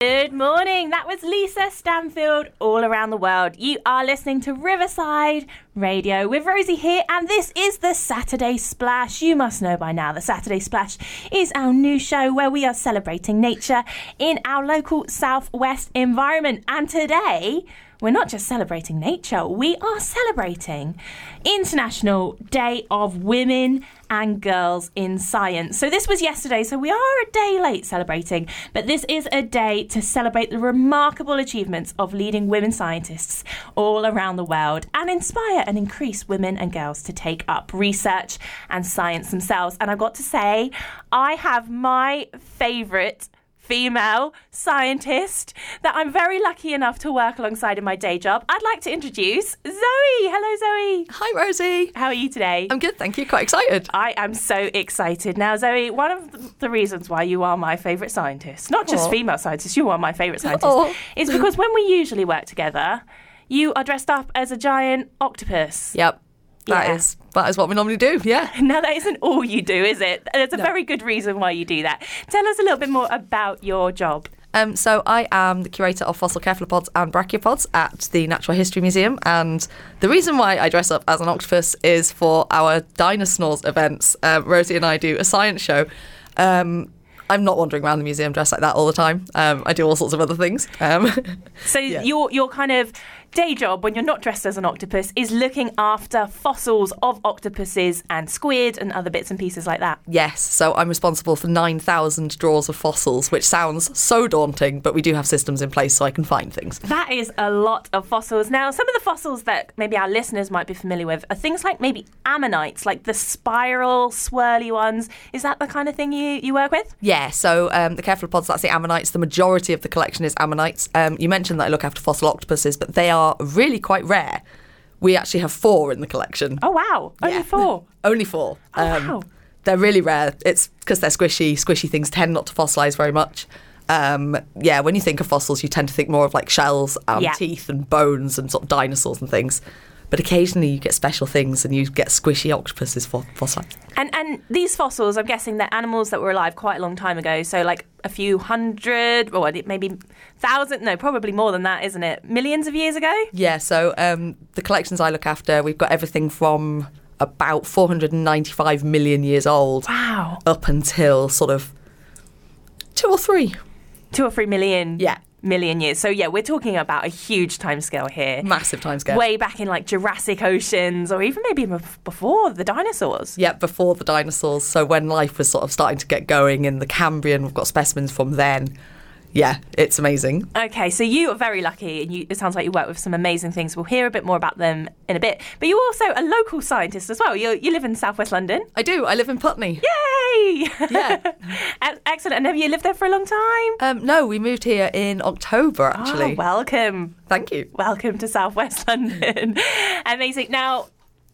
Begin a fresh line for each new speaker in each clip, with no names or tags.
Good morning. That was Lisa Stanfield all around the world. You are listening to Riverside Radio with Rosie here, and this is the Saturday Splash. You must know by now the Saturday Splash is our new show where we are celebrating nature in our local southwest environment. And today, we're not just celebrating nature, we are celebrating International Day of Women and Girls in Science. So, this was yesterday, so we are a day late celebrating, but this is a day to celebrate the remarkable achievements of leading women scientists all around the world and inspire and increase women and girls to take up research and science themselves. And I've got to say, I have my favourite female scientist that I'm very lucky enough to work alongside in my day job. I'd like to introduce Zoe. Hello, Zoe.
Hi, Rosie.
How are you today?
I'm good, thank you. Quite excited.
I am so excited. Now, Zoe, one of th- the reasons why you are my favourite scientist, not just
Aw.
female scientist, you are my favourite scientist,
Aw.
is because when we usually work together, you are dressed up as a giant octopus.
Yep. that is
Yeah.
that is what we normally do. Yeah.
Now, that isn't all you do, is it? There's a very good reason why you do that. Tell us a little bit more about your job.
Um, so I am the curator of fossil cephalopods and brachiopods at the Natural History Museum, and the reason why I dress up as an octopus is for our dinosaurs events. Um, Rosie and I do a science show. Um, I'm not wandering around the museum dressed like that all the time. Um, I do all sorts of other things. Um,
So your your kind of day job when you're not dressed as an octopus is looking after fossils of octopuses and squid and other bits and pieces like that.
Yes, so I'm responsible for 9,000 drawers of fossils, which sounds so daunting, but we do have systems in place so I can find things.
That is a lot of fossils. Now, some of the fossils that maybe our listeners might be familiar with are things like maybe ammonites, like the spiral, swirly ones. Is that the kind of thing you, you work with?
Yeah, so um, the cephalopods, that's the ammonites. The majority of the collection is ammonites. Um, you mentioned that I look after fossil octopuses, but they are really quite rare. We actually have four in the collection.
Oh, wow. Only
Yeah.
four. Oh,
Only four. Um,
wow.
They're really rare. It's because they're squishy. Squishy things tend not to fossilise very much. Um, yeah, when you think of fossils, you tend to think more of like shells and
Yeah.
teeth and bones and sort of dinosaurs and things. But occasionally you get special things and you get squishy octopuses for fossilised.
And, and these fossils, I'm guessing they're animals that were alive quite a long time ago. So, like a few hundred, or maybe thousand, no, probably more than that, isn't it? Millions of years ago?
Yeah, so um, the collections I look after, we've got everything from about 495 million years old
Wow.
up until sort of two or three.
Two or three million.
Yeah.
Million years. So yeah, we're talking about a huge timescale here.
Massive timescale.
Way back in like Jurassic oceans, or even maybe bef- before the dinosaurs.
Yeah, before the dinosaurs. So when life was sort of starting to get going in the Cambrian, we've got specimens from then. Yeah, it's amazing.
Okay, so you are very lucky, and you, it sounds like you work with some amazing things. We'll hear a bit more about them in a bit. But you're also a local scientist as well. you you live in Southwest London.
I do. I live in Putney.
Yay!
Yeah.
Ex- Excellent. And have you lived there for a long time?
Um, no, we moved here in October actually.
Oh, welcome.
Thank you.
Welcome to
Mm.
Southwest London. Amazing. Now,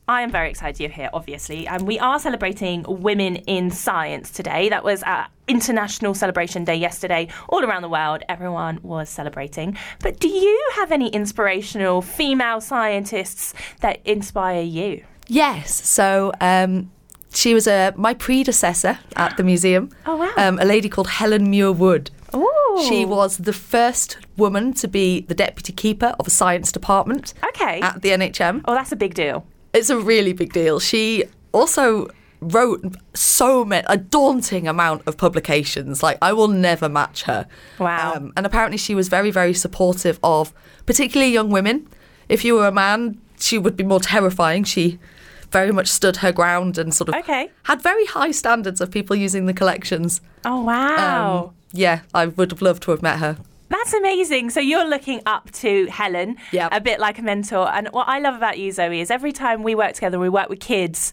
I am very excited you're here, obviously, and we are celebrating Women in Science today. That was our International Celebration Day yesterday. All around the world, everyone was celebrating. But do you have any inspirational female scientists that inspire you?
Yes. So um, she was a my predecessor at the museum.
Oh, wow. Oh.
Um, a lady called Helen Muir Wood.
Ooh.
She was the first woman to be the deputy keeper of a science department
Okay.
at the NHM.
oh, that's a big deal.
It's a really big deal. She also wrote so many a daunting amount of publications. Like I will never match her. Um,
Wow.
and apparently she was very very supportive of particularly young women. If you were a man, she would be more terrifying. She very much stood her ground and sort of
Okay.
had very high standards of people using the collections.
Oh, wow.
Um, yeah, I would have loved to have met her.
That's amazing. So you're looking up to Helen,
Yep.
a bit like a mentor. And what I love about you, Zoe, is every time we work together, we work with kids.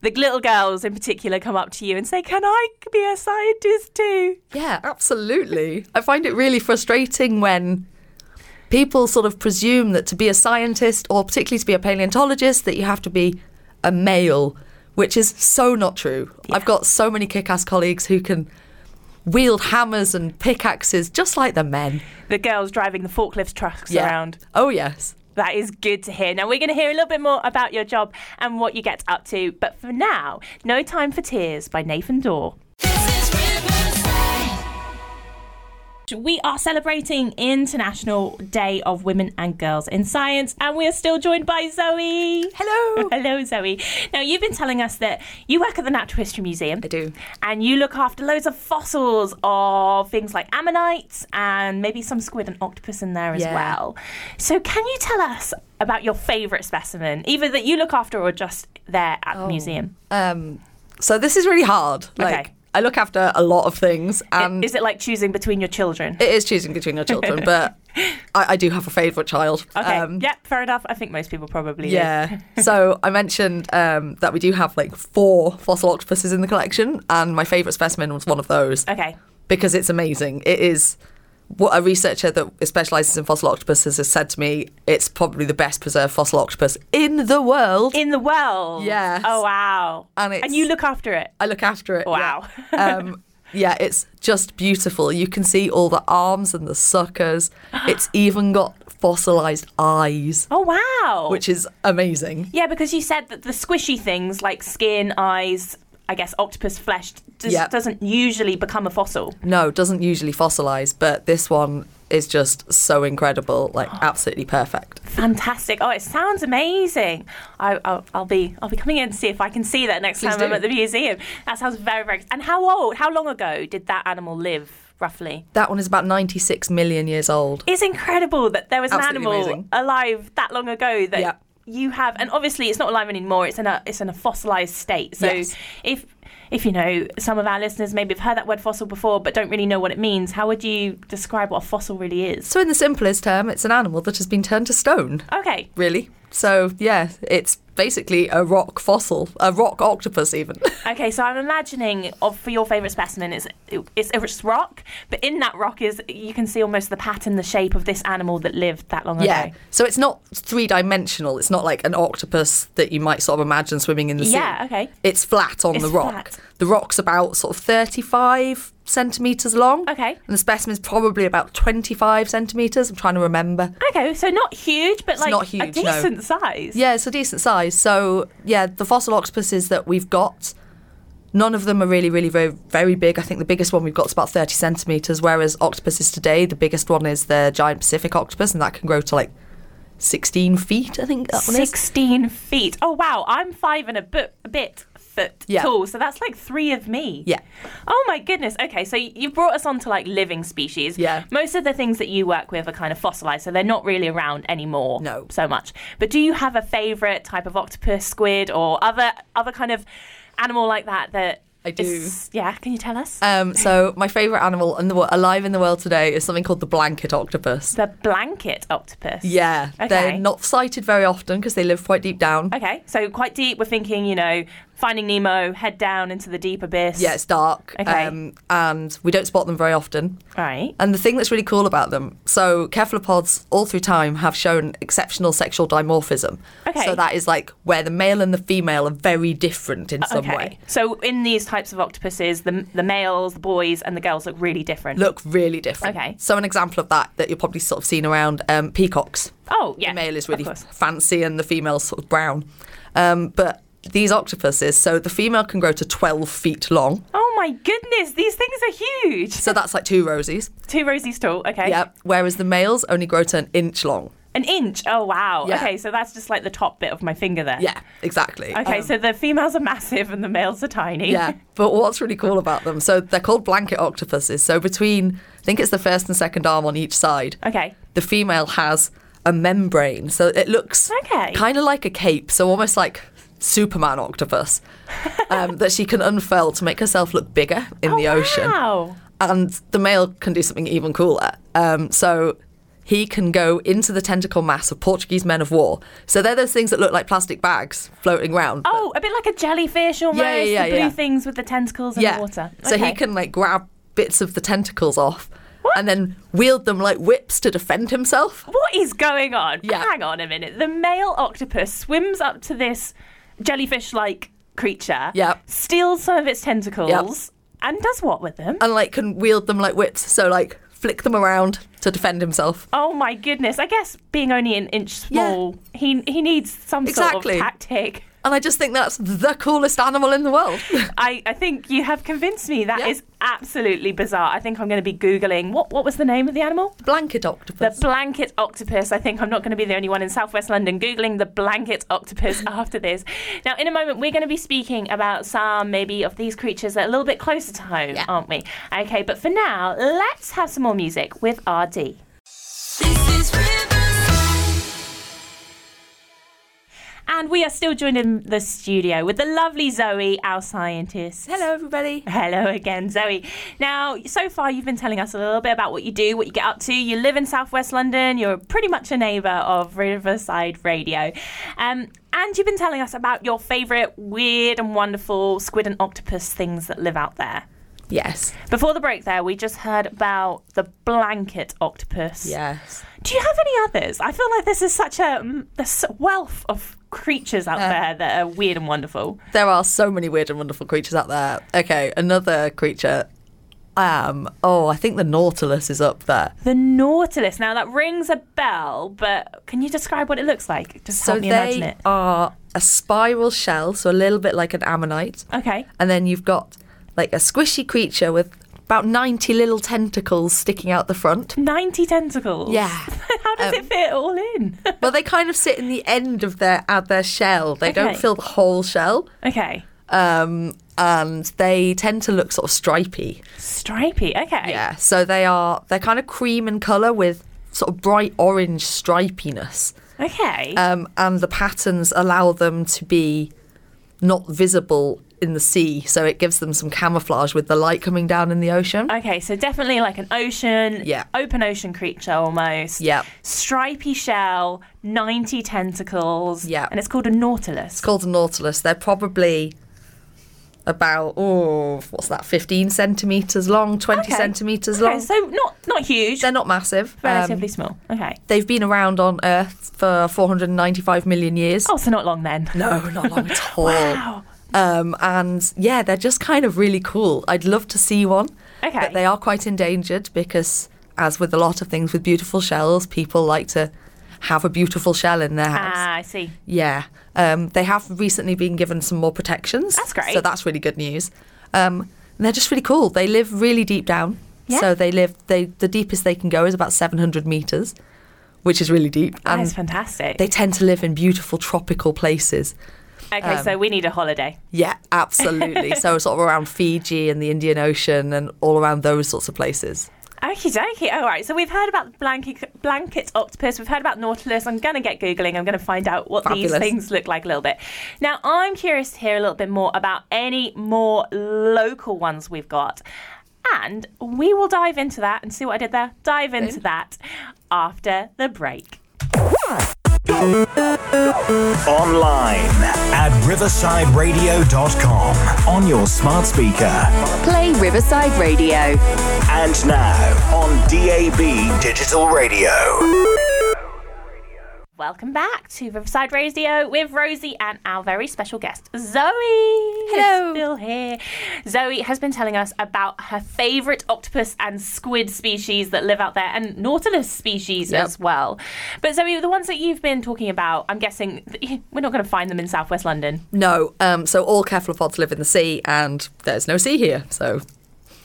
The little girls in particular come up to you and say, Can I be a scientist too?
Yeah, absolutely. I find it really frustrating when people sort of presume that to be a scientist or particularly to be a paleontologist that you have to be a male, which is so not true. I've got so many kick-ass colleagues who can wield hammers and pickaxes just like the men.
The girls driving the forklift trucks around.
Oh yes.
That is good to hear. Now, we're going to hear a little bit more about your job and what you get up to. But for now, No Time for Tears by Nathan Dorr.
This is Riverside.
we are celebrating International Day of Women and Girls in Science, and we are still joined by Zoe.
Hello.
Hello, Zoe. Now, you've been telling us that you work at the Natural History Museum.
I do.
And you look after loads of fossils of things like ammonites and maybe some squid and octopus in there as
Yeah.
well. So, can you tell us about your favourite specimen, either that you look after or just there at
Oh,
the museum?
Um, so this is really hard. Like
Okay.
I look after a lot of things, and
Is it like choosing between your children?
um, it is choosing between your children. but I, I do have a favourite child.
Okay.
Um,
yep. Fair enough. I think most people probably. do.
Yeah. so I mentioned um, that we do have like four fossil octopuses in the collection, and my favourite specimen was one of those
Okay.
because it's amazing. It is what a researcher that specialises in fossil octopuses has said to me. It's probably the best preserved fossil octopus in the world.
In the world.
Yes.
Oh wow.
And it's-
you look after it.
I look after it.
Wow.
Yeah. Um, yeah, it's just beautiful. You can see all the arms and the suckers. It's even got fossilized eyes,
Oh wow.
which is amazing.
yeah, because you said that the squishy things like skin, eyes, I guess octopus flesh just
Yep.
doesn't usually become a fossil.
No, it doesn't usually fossilize, but this one is just so incredible, like absolutely perfect.
Fantastic. Oh, it sounds amazing. I, I'll, I'll be I'll be coming in to see if I can see that next
Please
time I'm
do.
at the museum. That sounds very very. And how old? How long ago did that animal live? Roughly,
That one is about 96 million years old.
it's incredible that there was
Absolutely
an animal
amazing.
alive that long ago that
Yeah.
you have, and obviously it's not alive anymore. It's in a it's in a fossilized state. So
Yes.
if if you know some of our listeners maybe have heard that word fossil before but don't really know what it means, how would you describe what a fossil really is?
So, in the simplest term, it's an animal that has been turned to stone,
Okay,
really. So, yeah, it's basically a rock fossil, a rock octopus, even.
okay. So I'm imagining of for your favorite specimen, it's it's a rock, but in that rock is you can see almost the pattern, the shape of this animal that lived that long
Yeah.
ago.
So it's not three dimensional. It's not like an octopus that you might sort of imagine swimming in the sea.
Yeah. Okay.
It's flat on
It's
the rock.
flat.
The rock's about sort of 35 centimetres long.
Okay.
And the specimen's probably about 25 centimetres. I'm trying to remember.
Okay, so not huge, but like
not
a
huge, no.
decent size.
Yeah, it's a decent size. So, yeah, the fossil octopuses that we've got, none of them are really, really very, very big. I think the biggest one we've got is about 30 centimetres, whereas octopuses today, the biggest one is the giant Pacific octopus, and that can grow to like 16 feet, I think that one is.
16 feet. Oh, wow. I'm five and a, bit a bit foot
Yeah.
tall. So that's like three of me.
Yeah.
Oh, my goodness. Okay. So y- you've brought us on to like living species.
Yeah.
Most of the things that you work with are kind of fossilized. So they're not really around anymore.
No.
So much. But do you have a favorite type of octopus, squid, or other other kind of animal like that that.
I do.
is- yeah. Can you tell us?
Um, so my favourite animal in the wo- alive in the world today is something called the blanket octopus.
the blanket octopus.
Yeah,
Okay.
they're not sighted very often because they live quite deep down.
Okay, so quite deep. We're thinking, you know, finding Nemo, head down into the deep abyss.
Yeah, it's dark, um,
Okay.
and we don't spot them very often.
Right.
And the thing that's really cool about them, so cephalopods all through time have shown exceptional sexual dimorphism.
Okay.
So that is like where the male and the female are very different in Uh, some
okay.
way.
So in these types of octopuses, the the males, the boys, and the girls look really different.
Look really different.
Okay.
So an example of that that you've probably sort of seen around um, peacocks.
oh yeah.
the male is
of
really
course.
fancy and the female's sort of brown. Um, but these octopuses, so the female can grow to 12 feet long.
Oh my goodness, these things are huge.
So that's like two rosies.
Two Rosie's tall. Okay.
Yeah. Whereas the males only grow to an inch long.
An inch. Oh wow.
Yeah.
Okay, so that's just like the top bit of my finger there.
Yeah, exactly.
Okay,
Um,
so the females are massive and the males are tiny.
yeah, but what's really cool about them? So they're called blanket octopuses. So between, I think it's the first and second arm on each side,
Okay.
the female has a membrane. So it looks
Okay.
kind of like a cape, so almost like Superman octopus um, that she can unfurl to make herself look bigger in
Oh,
the ocean.
Wow.
And the male can do something even cooler. Um, so he can go into the tentacle mass of Portuguese men of war. So they're those things that look like plastic bags floating around. but-
Oh, a bit like a jellyfish almost.
Yeah, yeah,
the
yeah,
blue
yeah.
things with the tentacles in the water.
So he
Okay.
can like grab bits of the tentacles off and then wield them like whips to defend himself.
What is going on?
Yeah.
Hang on a minute. The male octopus swims up to this jellyfish like creature,
Yep.
steals some of its tentacles, and does what with them?
And like can wield them like whips. So like flick them around to defend himself.
oh my goodness. I guess being only an inch
Yeah.
small, he, he needs some sort
Exactly.
of tactic.
And I just think that's the coolest animal in the world.
I, I think you have convinced me. That is
Yeah.
absolutely bizarre. I think I'm going to be Googling what, what was the name of the animal?
Blanket
The
octopus.
blanket octopus. I think I'm not going to be the only one in southwest London Googling the blanket octopus after this. Now, in a moment, we're going to be speaking about some maybe of these creatures that are a little bit closer to home,
Yeah.
aren't we? Okay, but for now, let's have some more music with RD.
This is Riverside.
And we are still joined in the studio with the lovely Zoe, our scientist.
Hello, everybody.
Hello again, Zoe. Now, so far you've been telling us a little bit about what you do, what you get up to. You live in Southwest London. You're pretty much a neighbour of Riverside Radio, um, and you've been telling us about your favourite weird and wonderful squid and octopus things that live out there.
Yes.
Before the break, there we just heard about the blanket octopus.
Yes.
Do you have any others? I feel like this is such a mm, this wealth of creatures out there that are weird and wonderful.
There are so many weird and wonderful creatures out there. Okay, another creature. Um, oh, I think the nautilus is up there.
The Nautilus. Now that rings a bell, but can you describe what it looks like? Just
So
help me imagine
they
it.
are a spiral shell, so a little bit like an ammonite.
Okay.
And then you've got like a squishy creature with about 90 little tentacles sticking out the front.
90 tentacles.
Yeah.
How does
Um,
it fit all in?
Well, they kind of sit in the end of their at their shell. They don't
Okay.
fill the whole shell,
okay.
um, and they tend to look sort of stripy.
Stripy. Okay.
Yeah, so they are they're kind of cream in color with sort of bright orange stripiness,
Okay.
um, and the patterns allow them to be not visible in the sea. So it gives them some camouflage with the light coming down in the ocean.
okay, so definitely like an ocean,
Yeah.
open ocean creature almost.
Yeah.
Stripy shell, 90 tentacles.
Yeah.
And it's called a nautilus.
It's called a nautilus. They're probably about oh, what's that? Fifteen centimeters long, twenty
Okay.
centimeters
Okay,
long.
so not not huge,
They're not massive. Um,
relatively small. Okay.
they've been around on Earth for 495 million years.
Oh, so not long then.
No, not long at all.
Wow.
Um, and yeah, they're just kind of really cool. I'd love to see one.
Okay.
But they are quite endangered because, as with a lot of things with beautiful shells, people like to have a beautiful shell in their house.
Ah, I see.
Yeah. Um, they have recently been given some more protections.
That's great.
So that's really good news. Um, and they're just really cool. They live really deep down.
Yeah.
So they live, they, the deepest they can go is about 700 metres, which is really deep.
That
and
is fantastic.
Um, they tend to live in beautiful tropical places.
Okay, so
um,
we need a holiday.
Yeah, absolutely. so sort of around Fiji and the Indian Ocean and all around those sorts of places.
Okie dokie. All right. So we've heard about blanket, blanket octopus. We've heard about nautilus. I'm going to get Googling. I'm going to find out what these
Fabulous.
things look like a little bit. Now, I'm curious to hear a little bit more about any more local ones we've got. And we will dive into that and see what I did there. Dive into that after the break.
Online at riversideradio.com on your smart speaker.
Play Riverside Radio.
And now on DAB Digital Radio.
Welcome back to Riverside Radio with Rosie and our very special guest, Zoe. Hello. Still here. Zoe has been telling us about her favourite octopus and squid species that live out there and nautilus species
Yep.
as well. But, Zoe, the ones that you've been talking about, I'm guessing th- we're not going to find them in southwest London.
No, um, so all cephalopods live in the sea, and there's no sea here. So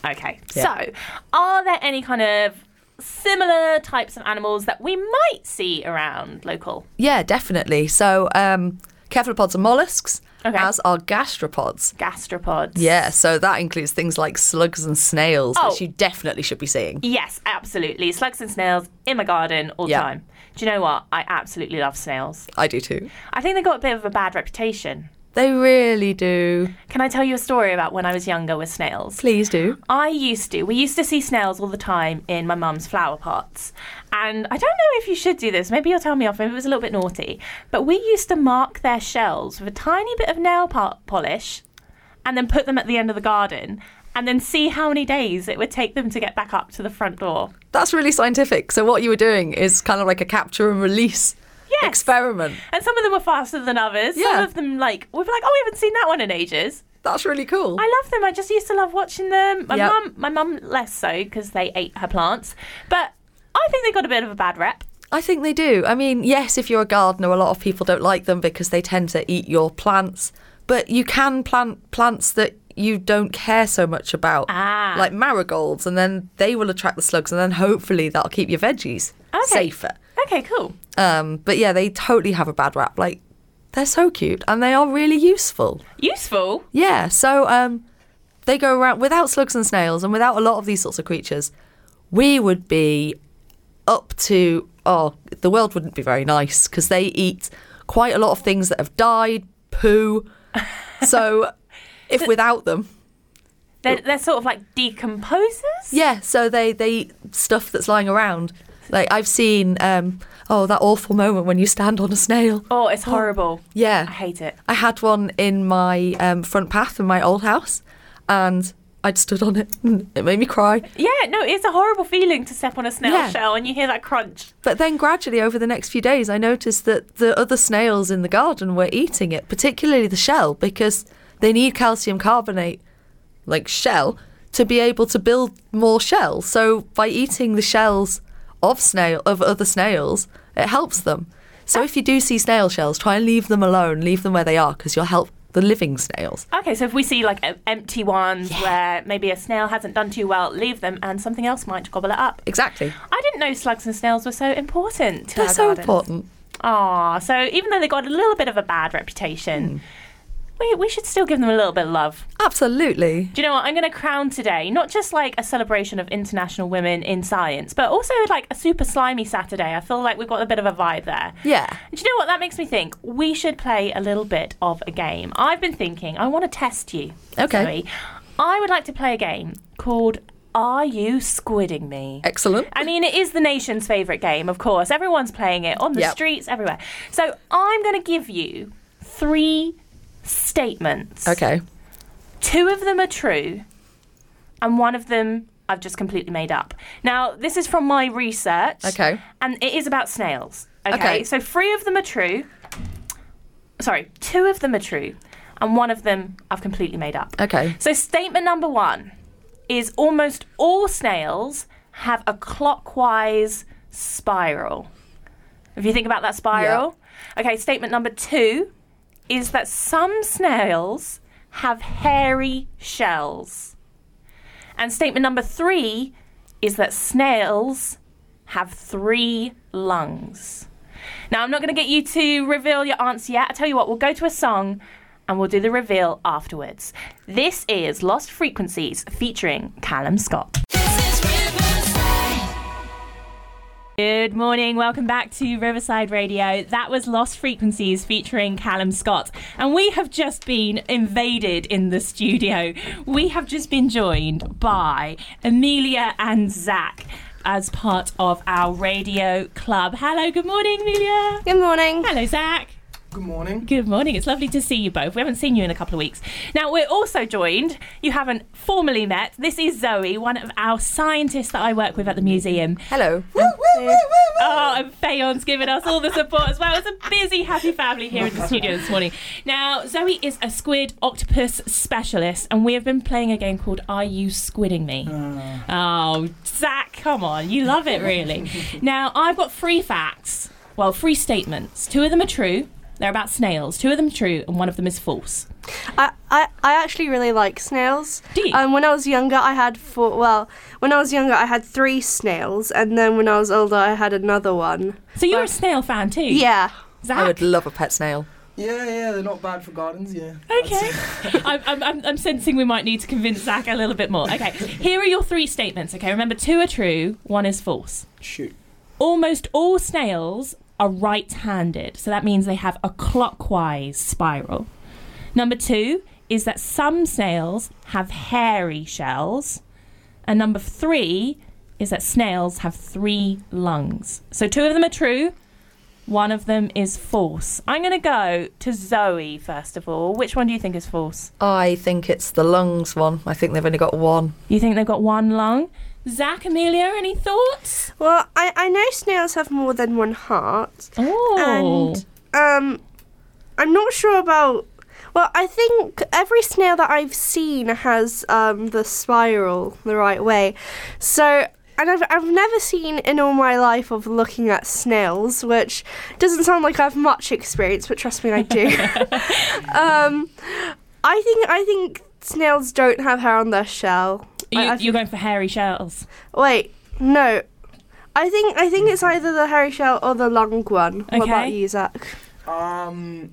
Okay.
Yeah.
So, are there any kind of similar types of animals that we might see around local?
Yeah, definitely. So um, cephalopods are mollusks,
Okay.
as are gastropods.
Gastropods.
Yeah, so that includes things like slugs and snails,
Oh.
which you definitely should be seeing.
Yes, absolutely. Slugs and snails in my garden all the
Yeah.
time. Do you know what? I absolutely love snails.
I do too.
I think they got a bit of a bad reputation.
They really do.
Can I tell you a story about when I was younger with snails?
Please do.
I used to. We used to see snails all the time in my mum's flower pots. And I don't know if you should do this. Maybe you'll tell me off. Maybe it was a little bit naughty. But we used to mark their shells with a tiny bit of nail po- polish and then put them at the end of the garden and then see how many days it would take them to get back up to the front door.
That's really scientific. So what you were doing is kind of like a capture and release
Yes.
experiment.
And some of them were faster than others. Some
Yeah.
of them, like, we were like, oh, we haven't seen that one in ages.
That's really cool.
I love them. I just used to love watching them. My
Yep.
mum, my mum less so because they ate her plants. But I think they got a bit of a bad rep.
I think they do. I mean, yes, if you're a gardener, a lot of people don't like them because they tend to eat your plants. But you can plant plants that you don't care so much about,
Ah.
like marigolds, and then they will attract the slugs, and then hopefully that'll keep your veggies
Okay.
safer.
Okay, cool.
Um, but yeah, they totally have a bad rap. Like, they're so cute and they are really useful.
Useful.
Yeah, so um, they go around without slugs and snails and without a lot of these sorts of creatures. We would be up to oh, the world wouldn't be very nice because they eat quite a lot of things that have died, poo. So, if without them,
They're, they're sort of like decomposers.
yeah, so they they eat stuff that's lying around. Like I've seen, um, oh, that awful moment when you stand on a snail.
Oh, it's horrible.
Yeah,
I hate it.
I had one in my um, front path in my old house, and I'd stood on it. And it made me cry.
Yeah, no, it's a horrible feeling to step on a snail
Yeah.
shell and you hear that crunch.
But then gradually, over the next few days, I noticed that the other snails in the garden were eating it, particularly the shell, because they need calcium carbonate, like shell, to be able to build more shells. So by eating the shells of snail of other snails, it helps them. So if you do see snail shells, try and leave them alone, leave them where they are, because you'll help the living snails.
Okay, so if we see like em- empty ones where maybe a snail hasn't done too well, leave them and something else might gobble it up.
Exactly.
I didn't know slugs and snails were so important. To
They're
our
so
gardens.
important.
Aw, so even though they got a little bit of a bad reputation,
Hmm.
we, we should still give them a little bit of love.
Absolutely.
Do you know what? I'm going to crown today not just like a celebration of international women in science, but also like a super slimy Saturday. I feel like we've got a bit of a vibe there.
Yeah.
And do you know what? That makes me think we should play a little bit of a game. I've been thinking, I want to test you.
Okay.
Zoe. I would like to play a game called Are You Squidding Me?
Excellent.
I mean, it is the nation's favourite game, of course. Everyone's playing it on the
Yep.
streets, everywhere. So I'm going to give you three statements.
Okay.
Two of them are true, and one of them I've just completely made up. Now, this is from my research.
Okay.
And it is about snails. Okay.
Okay.
So three of them are true. Sorry, two of them are true, and one of them I've completely made up.
Okay.
So, statement number one is almost all snails have a clockwise spiral. If you think about that spiral. Okay, statement number two is that some snails have hairy shells. And statement number three is that snails have three lungs. Now, I'm not going to get you to reveal your answer yet. I tell you what, we'll go to a song and we'll do the reveal afterwards. This is Lost Frequencies featuring Callum Scott.
This is Riverside.
Good morning, welcome back to Riverside Radio. That was Lost Frequencies featuring Callum Scott. And we have just been invaded in the studio. We have just been joined by Amelia and Zach as part of our radio club. Hello, good morning, Amelia.
Good morning.
Hello, Zach.
Good morning.
Good morning. It's lovely to see you both. We haven't seen you in a couple of weeks. Now, we're also joined, you haven't formally met. This is Zoe, one of our scientists that I work with at the museum.
Hello.
Oh, and Fayon's giving us all the support as well. It's a busy, happy family here in the studio this morning. Now, Zoe is a squid octopus specialist, and we have been playing a game called Are You Squidding Me? Oh, Zach, come on. You love it, really. now, I've got three facts. Well, three statements. Two of them are true. They're about snails. Two of them are true, and one of them is false.
I, I, I actually really like snails.
Do you?
Um, when I was younger, I had four. Well, when I was younger, I had three snails, and then when I was older, I had another one.
So you're a snail fan too?
Yeah.
Zach?
I would love a pet snail.
Yeah, yeah, they're not bad for gardens, yeah.
Okay. I'm, I'm- I'm, I'm sensing we might need to convince Zach a little bit more. Okay. Here are your three statements. Okay. Remember, two are true, one is false.
Shoot.
Almost all snails are right handed. So that means they have a clockwise spiral. Number two is that some snails have hairy shells. And number three is that snails have three lungs. So two of them are true. One of them is false. I'm going to go to Zoe first of all. Which one do you think is false?
I think it's the lungs one. I think they've only got one.
You think they've got one lung? Zach, Amelia, any thoughts?
Well, I, I know snails have more than one heart.
Oh,
And um, I'm not sure about. Well, I think every snail that I've seen has um, the spiral the right way. So and I've, I've never seen in all my life of looking at snails, which doesn't sound like I've much experience, but trust me, I do. um, I think I think snails don't have hair on their shell.
You,
I- I
you're going for hairy shells.
Wait, no. I think I think it's either the hairy shell or the long one. What
Okay.
about you, Zach?
Um,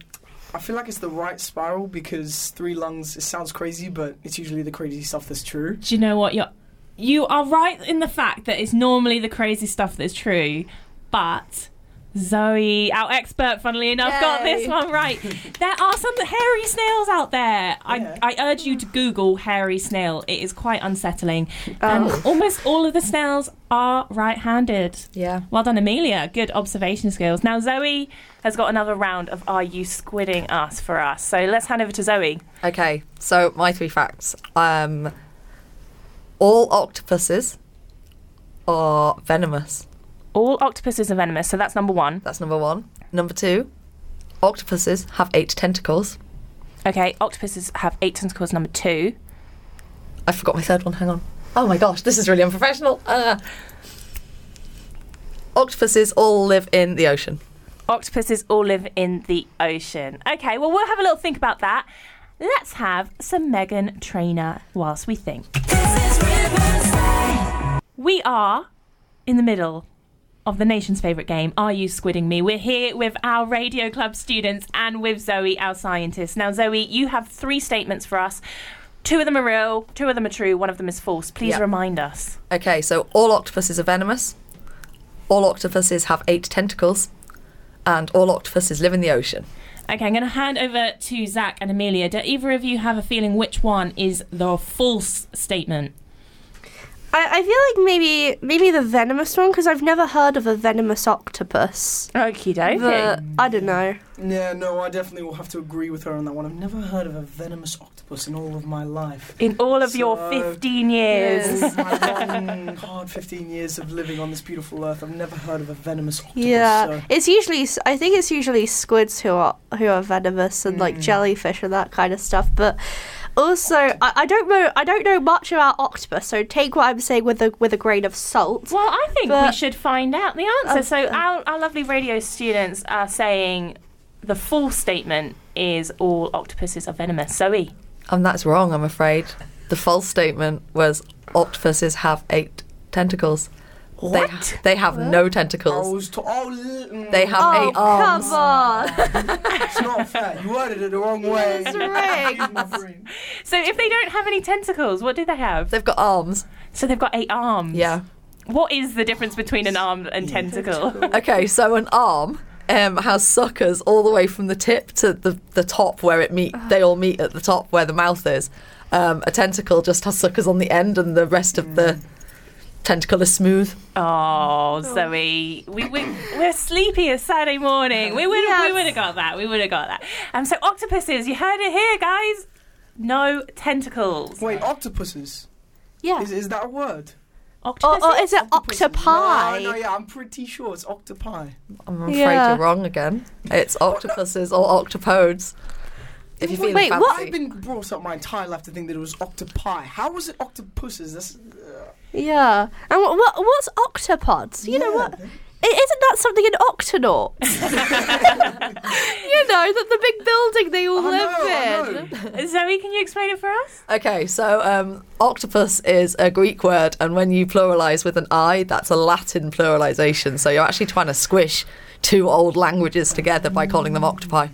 I feel like it's the right spiral because three lungs. It sounds crazy, but it's usually the crazy stuff that's true.
Do you know what? You're, you are right in the fact that it's normally the crazy stuff that's true, but Zoe, our expert, funnily enough, got
Yay.
this one right. there are some hairy snails out there.
Yeah.
I, I urge you to Google hairy snail. It is quite unsettling. And almost all of the snails are right handed.
Yeah.
Well done, Amelia. Good observation skills. Now, Zoe has got another round of Are You Squidding Us for us? So let's hand over to Zoe.
Okay, so my three facts. Um, all octopuses are venomous.
All octopuses are venomous, so that's number one.
That's number one. Number two, octopuses have eight tentacles.
Okay, octopuses have eight tentacles, number two.
I forgot my third one. Hang on. Oh my gosh, this is really unprofessional. Uh, octopuses all live in the ocean.
Octopuses all live in the ocean. Okay, well, we'll have a little think about that. Let's have some Megan Trainer whilst we think.
This is Riverside.
We are in the middle of the nation's favourite game, Are You Squidding Me? We're here with our Radio Club students and with Zoe, our scientist. Now, Zoe, you have three statements for us. Two of them are real, two of them are true, one of them is false. Please
Yep.
remind us.
Okay, so all octopuses are venomous. All octopuses have eight tentacles, and all octopuses live in the ocean.
Okay, I'm going to hand over to Zach and Amelia. Do either of you have a feeling which one is the false statement?
I, I feel like maybe maybe the venomous one because I've never heard of a venomous octopus.
Okie dokie.
But I don't know.
Yeah, no, I definitely will have to agree with her on that one. I've never heard of a venomous octopus in all of my life.
in all of your
So-
15 years.
All of my long, hard 15 years of living on this beautiful earth, I've never heard of a venomous octopus.
Yeah,
so-
it's usually s- I think it's usually squids who are who are venomous and
Hmm.
like jellyfish and that kind of stuff. But also, I, I don't know I don't know much about octopus, so take what I'm saying with a with a grain of salt.
Well, I think we
But-
should find out the answer. so our, our lovely radio students are saying the full statement is all octopuses are venomous. Zoe.
And that's wrong, I'm afraid. The false statement was octopuses have eight tentacles.
What?
They, they have no
I
tentacles.
was to- oh, l- mm,
They have
Oh,
eight arms.
come on!
it's not fair. You worded it the wrong way.
It's rigged.
My brain.
So if they don't have any tentacles, what do they have?
They've got arms.
So they've got eight arms.
Yeah.
What is the difference between an arm and tentacle?
Okay, so an arm um, has suckers all the way from the tip to the, the top where it meet. They all meet at the top where the mouth is. Um, a tentacle just has suckers on the end, and the rest of the tentacle is smooth.
oh, Zoe, we, we we're sleepy as Saturday morning. We would we
Yes.
would have got that. We would have got that. Um, so octopuses, you heard it here, guys. No tentacles.
Wait, octopuses?
Yeah.
Is, is that a word?
Or,
Octopuses.
or is it
No, no,
octopi?
yeah, I'm pretty sure it's octopi.
I'm afraid
Yeah.
you're wrong again. It's octopuses or octopodes. If you feel
Wait,
fancy.
what?
I've been brought up my entire life to think that it was octopi. How was it octopuses? That's
Yeah. And what, what what's octopods? You know
Yeah.
what? i- Isn't that something an octonaut? you know, that the big building they all
I
live
know, I
in.
know.
Zoe, can you explain it for us?
Okay, so um, octopus is a Greek word, and when you pluralize with an I, that's a Latin pluralization. So you're actually trying to squish two old languages together by calling them octopi.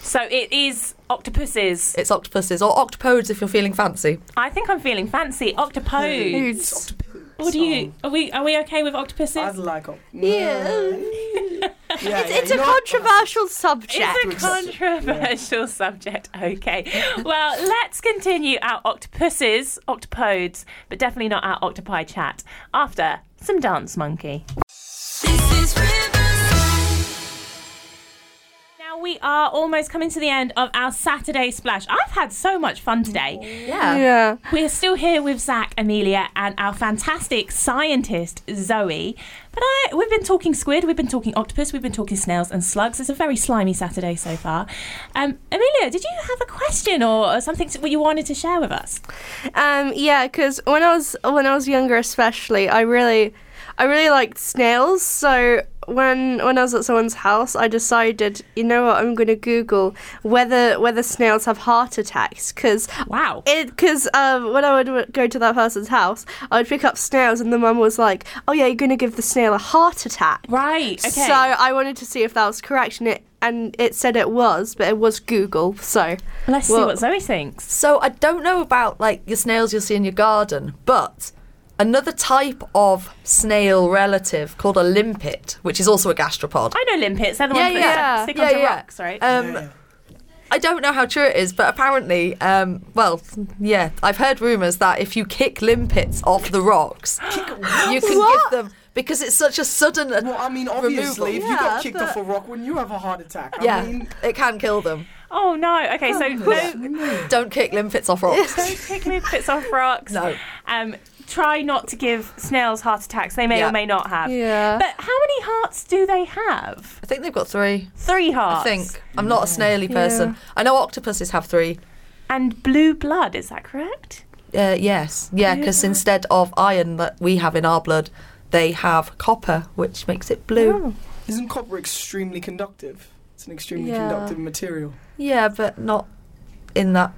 So it is octopuses.
It's octopuses or octopodes if you're feeling fancy.
I think I'm feeling fancy. Octopode.
It's octopus. Oh,
What do you? Are we? Are we okay with octopuses?
I'd like octopus.
It's a controversial subject.
It's a controversial subject. Okay. Well, let's continue our octopuses, octopodes, but definitely not our octopi chat after some dance monkey.
This is Riverside.
Now we are almost coming to the end of our Saturday splash. I've had so much fun today.
Yeah.
Yeah.
We're still here with Zach, Amelia, and our fantastic scientist Zoe. But I, we've been talking squid, we've been talking octopus, we've been talking snails and slugs. It's a very slimy Saturday so far. Um, Amelia, did you have a question or or something that you wanted to share with us?
Um, yeah, because when I was when I was younger, especially, I really, I really liked snails. So when when I was at someone's house, I decided, you know what, I'm going to Google whether whether snails have heart attacks because
Wow.
it because um, when I would w- go to that person's house, I would pick up snails, and the mum was like, "Oh yeah, you're going to give the snail a heart attack."
Right. Okay.
So I wanted to see if that was correct, and it and it said it was, but it was Google. So
let's see
well-
what Zoe thinks.
So I don't know about like your snails you'll see in your garden, but another type of snail relative called a limpet, which is also a gastropod.
I know limpets. They're the ones that
yeah,
stick
yeah,
onto
yeah.
rocks, right?
Um, I don't know how true it is, but apparently, um, well, yeah, I've heard rumours that if you kick limpets off the rocks, you can give them because it's such a sudden. uh,
Well, I mean, obviously, if
removal.
you
Yeah,
got kicked
but-
off a rock, wouldn't you have a heart attack? I
yeah,
mean,
it can kill them.
oh no. Okay. So no,
Don't kick limpets off rocks.
Don't pick limpets off rocks.
No.
Um, try not to give snails heart attacks. They may
Yeah.
or may not have.
Yeah.
But how many hearts do they have?
I think they've got three.
Three hearts.
I think I'm not a snaily person. I know octopuses have three.
And blue blood. Is that correct?
Uh, yes, yeah, because instead of iron that we have in our blood, they have copper, which makes it blue.
isn't copper extremely conductive? It's an extremely
Yeah.
conductive material.
Yeah, but not in that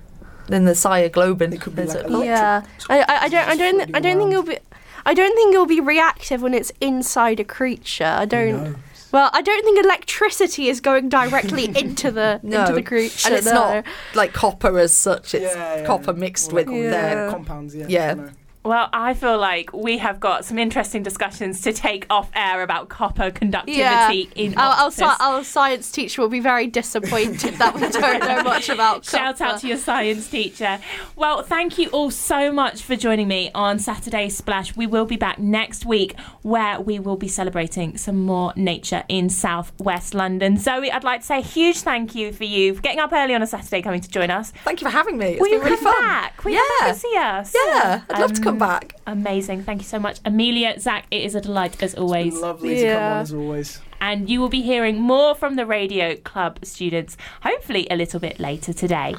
in the
It
cyanoglobin.
could be
Is
like
it-
electric-
Yeah, I, I, I don't, I don't, I don't think it'll be. I don't think it'll be reactive when it's inside a creature. I don't.
knows?
Well, I don't think electricity is going directly into the into the creature.
and it's
no.
not like copper as such. It's
Yeah, yeah,
copper
yeah.
mixed
Or
with
like
Yeah.
their.
compounds. Yeah.
Yeah.
no.
Well, I feel like we have got some interesting discussions to take off air about copper conductivity
Yeah,
in
our, our,
octopus.
sci- our science teacher will be very disappointed that we don't know much about.
Shout out to your science teacher. Well, thank you all so much for joining me on Saturday Splash. We will be back next week where we will be celebrating some more nature in southwest London. Zoe, I'd like to say a huge thank you for you for getting up early on a Saturday coming to join us.
Thank you for having me. It's
Will
been
you
really
come
fun.
back? Will
yeah,
you come and see us?
yeah, I'd love to
Um,
come back.
Amazing. Thank you so much. Amelia, Zach, it is a delight as always.
Lovely to come
Yeah.
on as always.
and you will be hearing more from the radio club students hopefully a little bit later today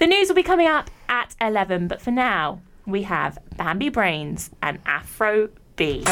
the news will be coming up at 11 but for now we have bambi brains and afro b